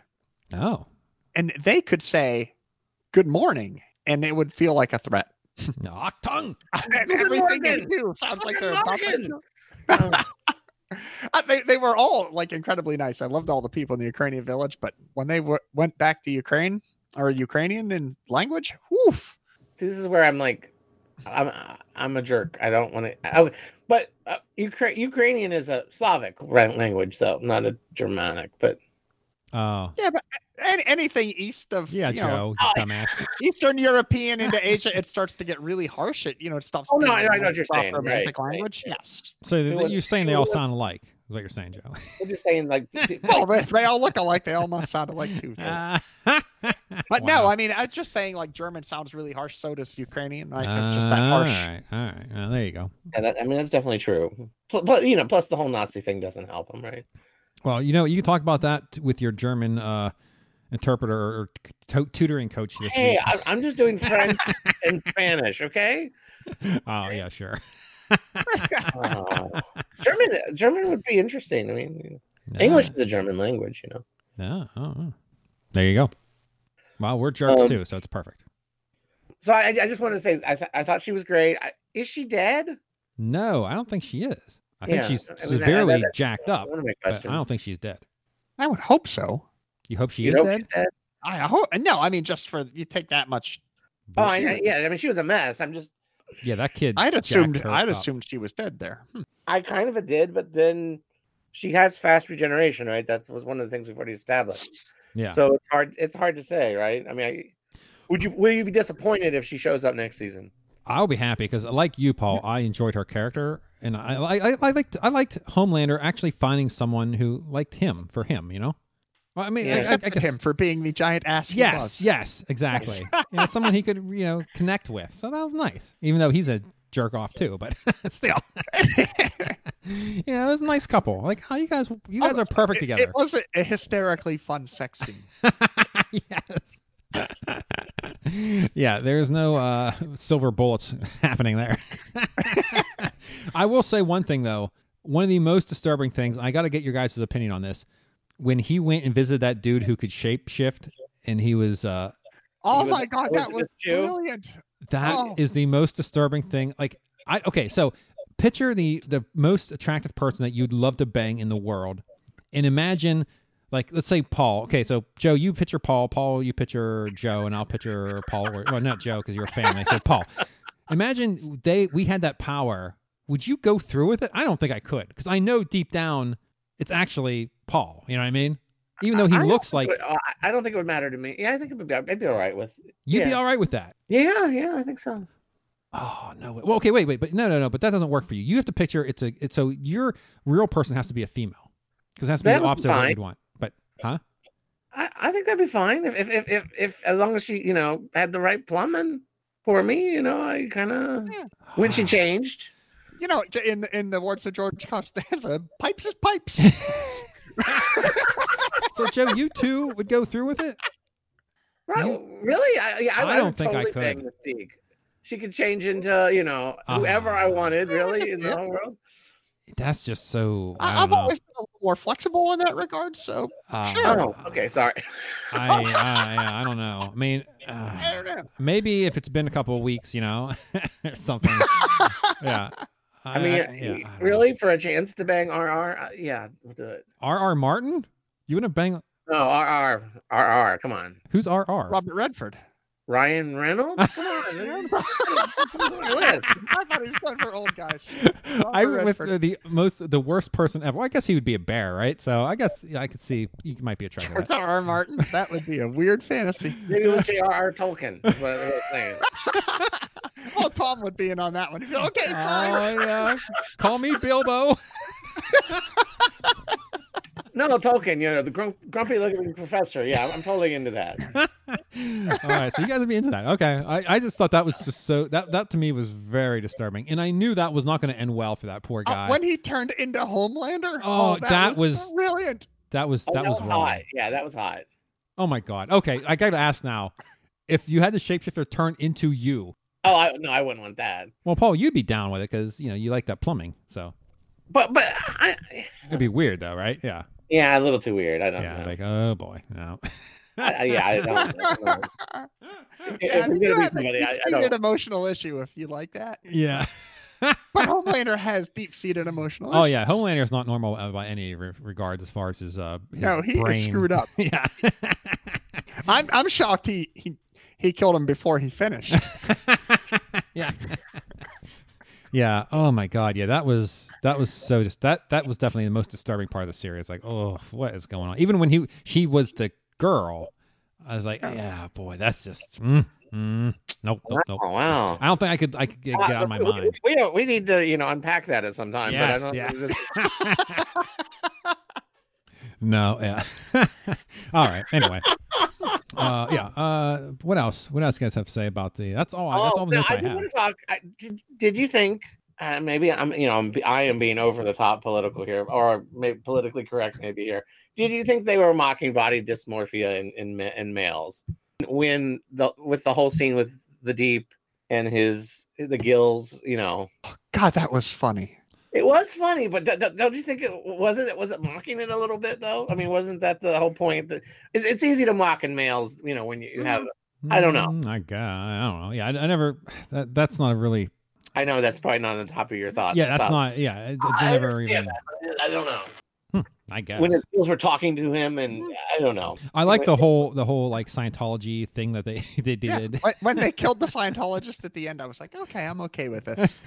Oh, and they could say "Good morning," and it would feel like a threat. Noctung. And everything they morning! do sounds like they're Good about morning! to. Uh, they, they were all like incredibly nice. I loved all the people in the Ukrainian village, but when they w- went back to Ukraine or Ukrainian in language, woof. See, this is where I'm like, I'm I'm a jerk. I don't want to. I, would- but uh, Ukra- Ukrainian is a Slavic ra- language, though, not a Germanic. But Oh, Yeah, but an- anything east of yeah, you Joe, know, oh, you dumbass. Eastern European into Asia, it starts to get really harsh. It you know it stops. Oh, no, being I know- I know what you're proper saying. Right, romantic right, language. Yes. So th- was- you're saying they it all was- sound alike? Is what you're saying, Joe? I'm just saying, like, Well, they, they all look alike. They all must sound alike too. Ah, But but no, I mean I'm just saying like German sounds really harsh. So does Ukrainian. Right? It's just that All harsh. right, all right. Well, there you go. yeah, that, I mean, that's definitely true. Pl- But you know, plus the whole Nazi thing doesn't help him, right? Well, you know, you can talk about that with your German uh, interpreter or t- tutoring coach this Hey, week. I, I'm just doing French and Spanish, okay? oh yeah, sure. Uh, German, German would be interesting. I mean, you know, English is a German language, you know. Yeah. oh, oh. There you go. Well, we're jerks Um, too, so it's perfect. So I, I just want to say, I, th- I thought she was great. I, is she dead? No, I don't think she is. I think Yeah, she's I mean, that- severely that- jacked up. One of my But questions. I don't think she's dead. I would hope so. You hope she you is know, dead? she's dead. I hope no. I mean, just for you take that much. Oh, Bullshit. I- I- yeah. I mean, she was a mess. I'm just, yeah, that kid. I'd jacked assumed. her I'd up. assumed she was dead there. Hmm. I kind of did, but then she has fast regeneration, right? That was one of the things we've already established. Yeah. So it's hard. It's hard to say, right? I mean, I, would you will you be disappointed if she shows up next season? I'll be happy because, like you, Paul, I enjoyed her character, and I, I, I, I liked, I liked Homelander actually finding someone who liked him for him. You know, well, I mean, Yeah. I- I- I Except guess- him for being the giant ass. he Yes, was. yes, exactly. you know, someone he could, you know, connect with. So that was nice, even though he's a jerk off too. But still, you know, it was a nice couple. Like, how you guys, you guys Oh, are perfect It- together. It was a, a hysterically fun sex scene. yes. yeah, there's no uh, silver bullets happening there. I will say one thing though. One of the most disturbing things, I got to get your guys' opinion on this. When he went and visited that dude who could shape shift, and he was uh, Oh was- my god, was that it was just you? brilliant. That is Oh. the most disturbing thing. Like I okay, so picture the the most attractive person that you'd love to bang in the world, and imagine like let's say Paul. Okay, so Joe, you picture Paul. Paul, you picture Joe, and I'll picture Paul. Or, well, not Joe because you're a family. So Paul, imagine they we had that power. Would you go through with it? I don't think I could because I know deep down it's actually Paul. You know what I mean? Even though he I don't looks think like it would- uh, I- I don't think it would matter to me. Yeah, I think it would be. I'd be all right with. you'd be yeah. all right with that. Yeah, yeah, I think so. Oh no! Well, okay, wait, wait, but no, no, no. But that doesn't work for you. You have to picture it's a it's so your real person has to be a female because it has to be That the would be opposite of what fine. you'd want. But huh? I, I think that'd be fine if, if if if if as long as she you know had the right plumbing for me. You know, I kind of when she changed. You know, j- in the- in the words of George Costanza, pipes is pipes. so Joe, you too would go through with it. Right? You- really? I, yeah, I, I I don't would think I totally could. bang Mystique. She could change into you know whoever I Ah. wanted. Really, in the Yeah. whole world. That's just so. I I, don't I've know. always been a little more flexible in that regard, so Uh, sure. Oh, okay, sorry. I, I I don't know. I mean, I uh, don't know. maybe if it's been a couple of weeks, you know, or something. yeah. I mean, yeah, I don't know. really, for a chance to bang RR, uh, yeah, we'll do it. R.R. Martin? You wouldn't bang? No, RR, RR, come on, Who's R.R.? Robert Redford. Ryan Reynolds, come on, man. Put him on the list. I thought he was going for old guys. I Robert went with the, Redford. the most the worst person ever. Well, I guess he would be a bear, right? So I guess yeah, I could see you might be a try for George that. R. R. Martin. That would be a weird fantasy. Maybe it was J.R.R. Tolkien. Is what I was saying. Oh, Tom would be in on that one. He'd be, okay, Oh fine. yeah, call me Bilbo. No, Tolkien, you know the grump, grumpy-looking professor. Yeah, I'm, I'm totally into that. All right, so you guys would be into that. Okay, I, I just thought that was just so that that to me was very disturbing, and I knew that was not going to end well for that poor Uh, guy. when he turned into Homelander, Oh, that was- brilliant. that was Oh, that was wrong. hot. Yeah, that was hot. Oh my god. Okay, I got to ask now, if you had the shapeshifter turn into you, Oh, I, no, I wouldn't want that. well, Paul, you'd be down with it because you know you like that plumbing, so But but I, it'd be weird though, right? Yeah, yeah, a little too weird. I don't yeah. know. Like oh boy, no. I, I- yeah, I don't. I don't know. Yeah, if we're you gonna be have a somebody, I- I deep-seated don't- emotional issue if you like that. Yeah. But Homelander has deep-seated emotional. Oh issues. yeah, Homelander's not normal uh, by any re- regards as far as his uh his No, he brain. is screwed up. yeah. I'm I'm shocked he he, he killed him before he finished. yeah. Yeah. Oh my god. Yeah, that was that was so just that that was definitely the most disturbing part of the series. Like, oh, what is going on? Even when he she was the girl, I was like, yeah, boy, that's just mm, mm, nope, nope, nope. Oh wow. Uh, I don't think I could I could get, get out of my We- mind. We, don't. We need to, you know, unpack that at some time. Yes, but I don't yeah. think this- No, yeah. all right. Anyway. Uh, yeah. Uh, what else? What else you guys have to say about the? That's all. I that's all the no, notes Oh, I, I, did have. want to talk. I, did, did you think? Uh, maybe I'm, you know, I'm, I am being over the top political here, or maybe politically correct, maybe here. Did you think they were mocking body dysmorphia in in, ma- in males when the with the whole scene with the deep and his the gills? You know, God, that was funny. It was funny, but d- d- don't you think it wasn't? It was it mocking it a little bit though. I mean, wasn't that the whole point? That it's, it's easy to mock in males, you know, when you Mm-hmm. you have. I don't know. Mm, I gu- I don't know. Yeah, I, I never. That, that's not a really. I know that's probably not on the top of your thought. Yeah, that's thought. not. Yeah, it, it I never understand even. I don't know. I guess. when it feels we're talking to him, and I don't know. I like when- the whole the whole like Scientology thing that they they Yeah, did. when, when they killed the Scientologist at the end, I was like, okay, I'm okay with this.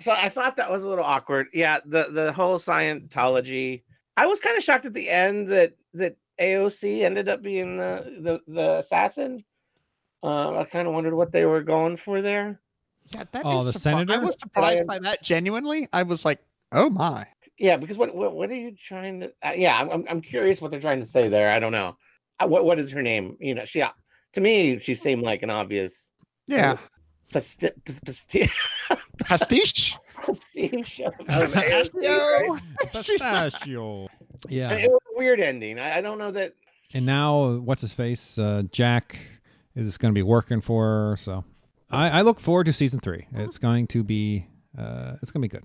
So I thought that was a little awkward. Yeah, the the whole Scientology. I was kind of shocked at the end that that AOC ended up being the the, the assassin. Um, I kind of wondered what they were going for there. Yeah, that Oh, is the surpri- I senator? was surprised by that. Genuinely, I was like, oh my. Yeah, because what what, what are you trying to? Uh, yeah, I'm, I'm I'm curious what they're trying to say there. I don't know. Uh, what what is her name? You know, she uh, to me she seemed like an obvious Yeah, pasti- pas- pasti- pastiche. prestige of- of AOC, right? Pistachio. She's like, Pistachio. Yeah. And It was a weird ending. I, I don't know that And now, what's his face? Uh, Jack is going to be working for her. So I, I look forward to season three. It's going to be uh, it's going to be good.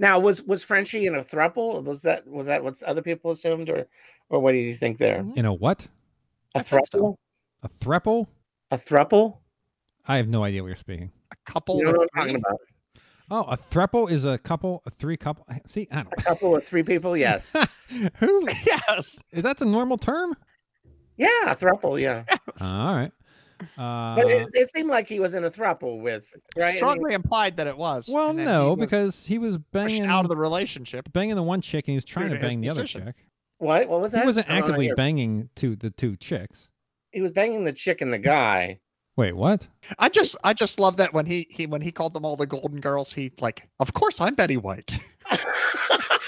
Now, was was Frenchie in a thruple? Was that was that what other people assumed, or or what do you think there? In a what? A thruple? thought so. A threple? A thruple? I have no idea what you're speaking. a couple. You know with what I'm three. talking about? Oh, a threple is a couple, a three couple. See, I A couple of three people? Yes. don't. Who? Yes. That's a normal term. yeah, a thruple. Yeah, All right. but Uh, it, it seemed like he was in a thruple with right. I mean, Strongly implied that it was. well, and then no, he was because he was pushed banging out of the relationship. banging the one chick and he was trying Due to to his bang the other position. chick. what? What was He that? wasn't I don't actively hear. banging to the two chicks. He was banging the chick and the guy. Wait, what? I just, I just love that when he, he, when he called them all the Golden Girls, he like, of course I'm Betty White.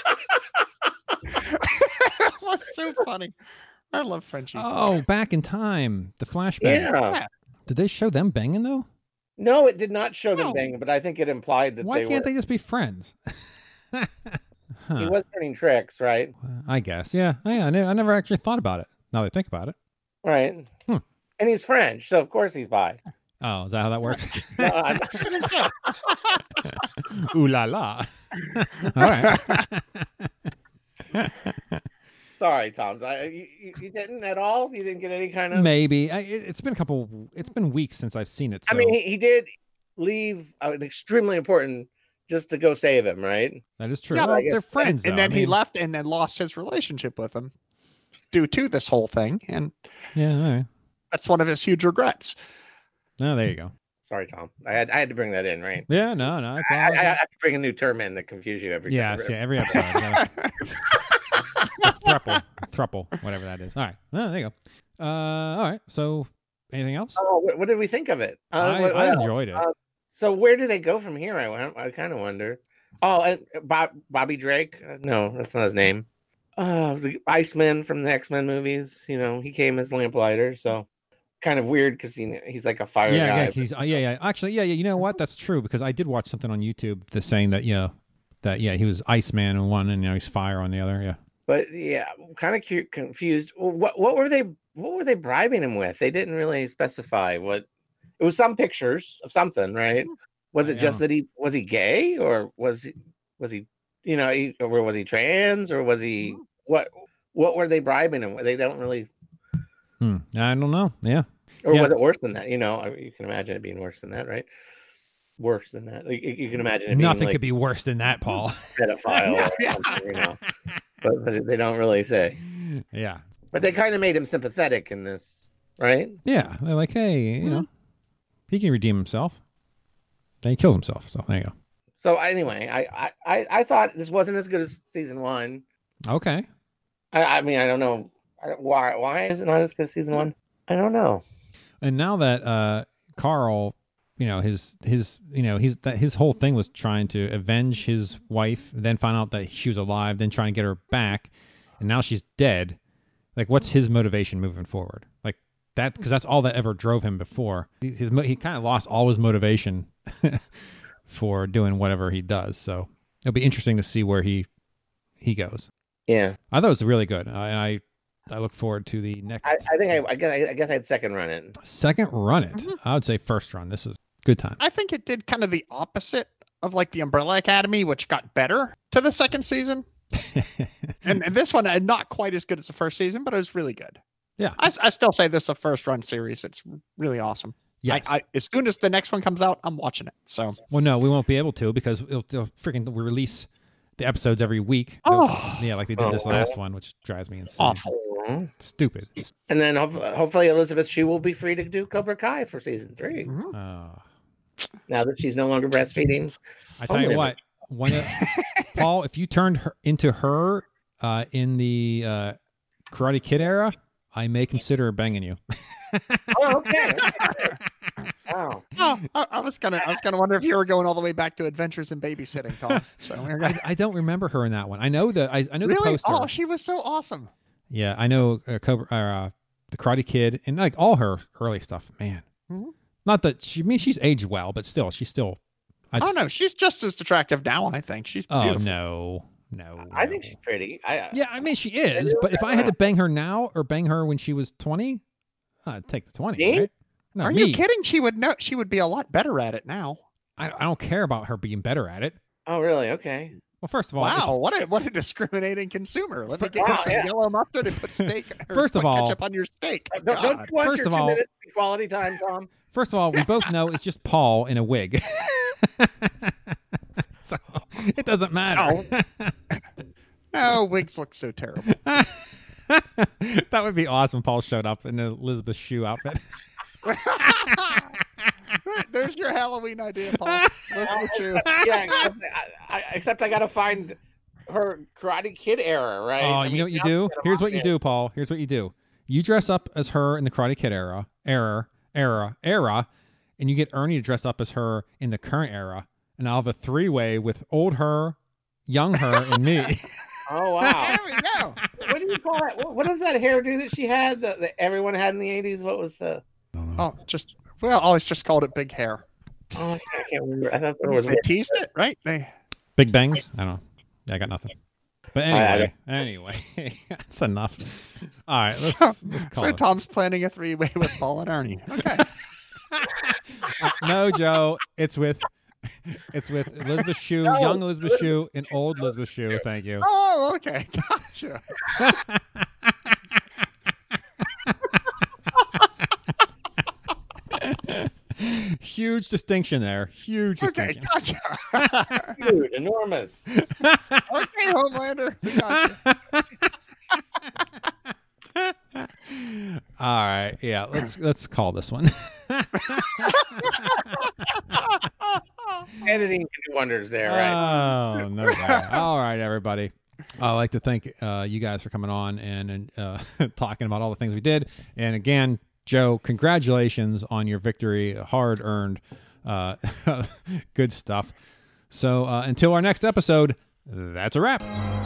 it was so funny. I love Frenchie. Oh, back in time, the flashback. yeah. Did they show them banging though? No, it did not show them No. banging, but I think it implied that Why they can't were. they just be friends? He Huh. was turning tricks, right? I guess. Yeah. Yeah. I, ne- I never actually thought about it. Now that I think about it. Right. Hmm. And he's French, so of course he's bi. Oh, is that how that works? No, I'm- Ooh la la. All right. Sorry, Tom's. I you, you- you didn't at all. You didn't get any kind of. Maybe. I, it, has been a couple. It's been weeks since I've seen it. So I mean, he, he did leave an extremely important just to go save him, right? that is true. Yeah, well, I guess- they're friends. and though. I then he mean, left and then lost his relationship with him due to this whole thing and Yeah. All right. that's one of his huge regrets No, there you go. Sorry, Tom. I had I had to bring that in, right? Yeah. No. No. It's all. I, I, I have to bring a new term in that confuse you every Yes, every- yeah, every episode. yeah. thruple, thruple, whatever that is. All right, oh, there you go. Uh, all right. So, anything else? Oh, what, what did we think of it? Uh, I, what- what I else? enjoyed it. Uh, so where do they go from here? I went- I kind of wonder. Oh, and Bob Bobby Drake. Uh, No, that's not his name. Uh, the Iceman from the X Men movies. You know, he came as Lamplighter, so kind of weird because he, he's like a fire yeah, guy. yeah, he's, uh, yeah, yeah. Actually, yeah, yeah. You know what? That's true because I did watch something on YouTube that's saying that, yeah, that yeah, he was Iceman on one and you know, he's Fire on the other. Yeah. but yeah, kind of cu- confused. Wh- What what were they what were they bribing him with? They didn't really specify what. It was some pictures of something, right? Was it just Oh, Yeah. that he was he gay or was he was he you know he, or was he trans or was he Oh. what what were they bribing him? with? They don't really Hmm. I don't know. Yeah. or Yeah. was it worse than that? You know, I- you can imagine it being worse than that, right? Worse than that. Like, you- you can imagine it being Nothing like could be worse than that, Paul. pedophile, or something, you know. But, but they don't really say. yeah. But they kind of made him sympathetic in this, right? Yeah. They're like, hey, you know, he can redeem himself. Then he kills himself. So there you So anyway, I, I- I I thought this wasn't as good as season one. go. Okay. I, I mean, I don't know I, don't- why why is it not as good as season one. I don't know. and now that uh Carl, you know, his his you know, his that his whole thing was trying to avenge his wife, then find out that she was alive, then trying to get her back, and now she's dead. Like what's his motivation moving forward? Like that because that's all that ever drove him before. He- His mo- he kind of lost all his motivation for doing whatever he does. So it'll be interesting to see where he he goes. Yeah, I thought it was really good. I I, I look forward to the next. I, I think I, I guess I, guess I'd second run it. Second run it. Mm-hmm. I would say first run. This is good time. i think it did kind of the opposite of like the umbrella academy which got better to the second season and, and this one uh, not quite as good as the first season but it was really good Yeah. i, s- I still say this is a first run series it's really awesome Yes. I, I, as soon as the next one comes out i'm watching it so well, no, we won't be able to because it'll, they'll freaking release the episodes every week. Oh. Yeah, like they did this Oh. last one, which drives me insane. Awful. Mm-hmm. Stupid. And then hof- hopefully Elizabeth, she will be free to do Cobra Kai for season three. Mhm. Uh, Now that she's no longer breastfeeding, Oh, I tell you Unbelievable. what, one of, Paul, if you turned her into her uh, in the uh, Karate Kid era, I may consider banging you. oh, okay. wow. Oh, I, I was gonna, I was gonna wonder if you were going all the way back to Adventures in Babysitting, Tom. So we're gonna, I, I don't remember her in that one. I know the I, I know the really? poster. Oh, she was so awesome. Yeah, I know uh, Cobra, uh, uh, the Karate Kid, and like all her early stuff. Man, Mhm. not that she I mean she's aged well, but still, she's still. I oh no, she's just as attractive now. I think she's Oh beautiful. no, no. I think no. she's pretty. I, Yeah, I mean she is, but if I had to bang her now or bang her when she was twenty, I'd take the twenty. Me? Right? No, Are me. you kidding? She would know. She would be a lot better at it now. I, I don't care about her being better at it. Oh, really? Okay. Well, first of all, it's- wow, what a what a discriminating consumer. Let me Fir- get you Wow, some yeah. yellow mustard and put steak. Or First of put all- ketchup on your steak. Uh, Don't, don't God. you want First your of two all- minutes of quality time, Tom? first of all, we both know it's just Paul in a wig, so it doesn't matter. No, wigs look so terrible. that would be awesome. Paul showed up in an Elizabeth Shue outfit. There's your Halloween idea, Paul. Listen to you. yeah, except I, I, except I gotta find her Karate Kid era, right? Oh, I you mean, know what you now do? that I'm Here's on what you it. do, Paul. Here's what you do. You dress up as her in the Karate Kid era, era, era, era, and you get Ernie to dress up as her in the current era, and I'll have a three-way with old her, young her, and me. Oh wow! There we go. what do you call that? What, what is that hairdo that she had that, that everyone had in the '80s? What was the? Oh, just well, I always just called it big hair. Oh, I can't- I can't remember. I thought there was. They one. teased it, right? They Big bangs? I don't know. Yeah, I got nothing. But I- I anyway, anyway, that's enough. All right, let's, So- let's call so it. Tom's planning a three way with Paul and Ernie. Okay. Uh, no, Joe, it's with it's with Elizabeth Shue, No, young Elizabeth Shue, and old Elizabeth Shue. Thank you. Oh, okay. Gotcha. Huge distinction there. Huge Okay, distinction. gotcha. Dude, enormous. Okay, Homelander. we Gotcha. All right, yeah. Let's let's call this one. Editing can do wonders there, right? Oh no! doubt. all right, everybody. I'd like to thank uh, you guys for coming on and, and uh, talking about all the things we did. And again, Joe, congratulations on your victory, hard earned. Uh, good stuff. So uh, until our next episode, that's a wrap.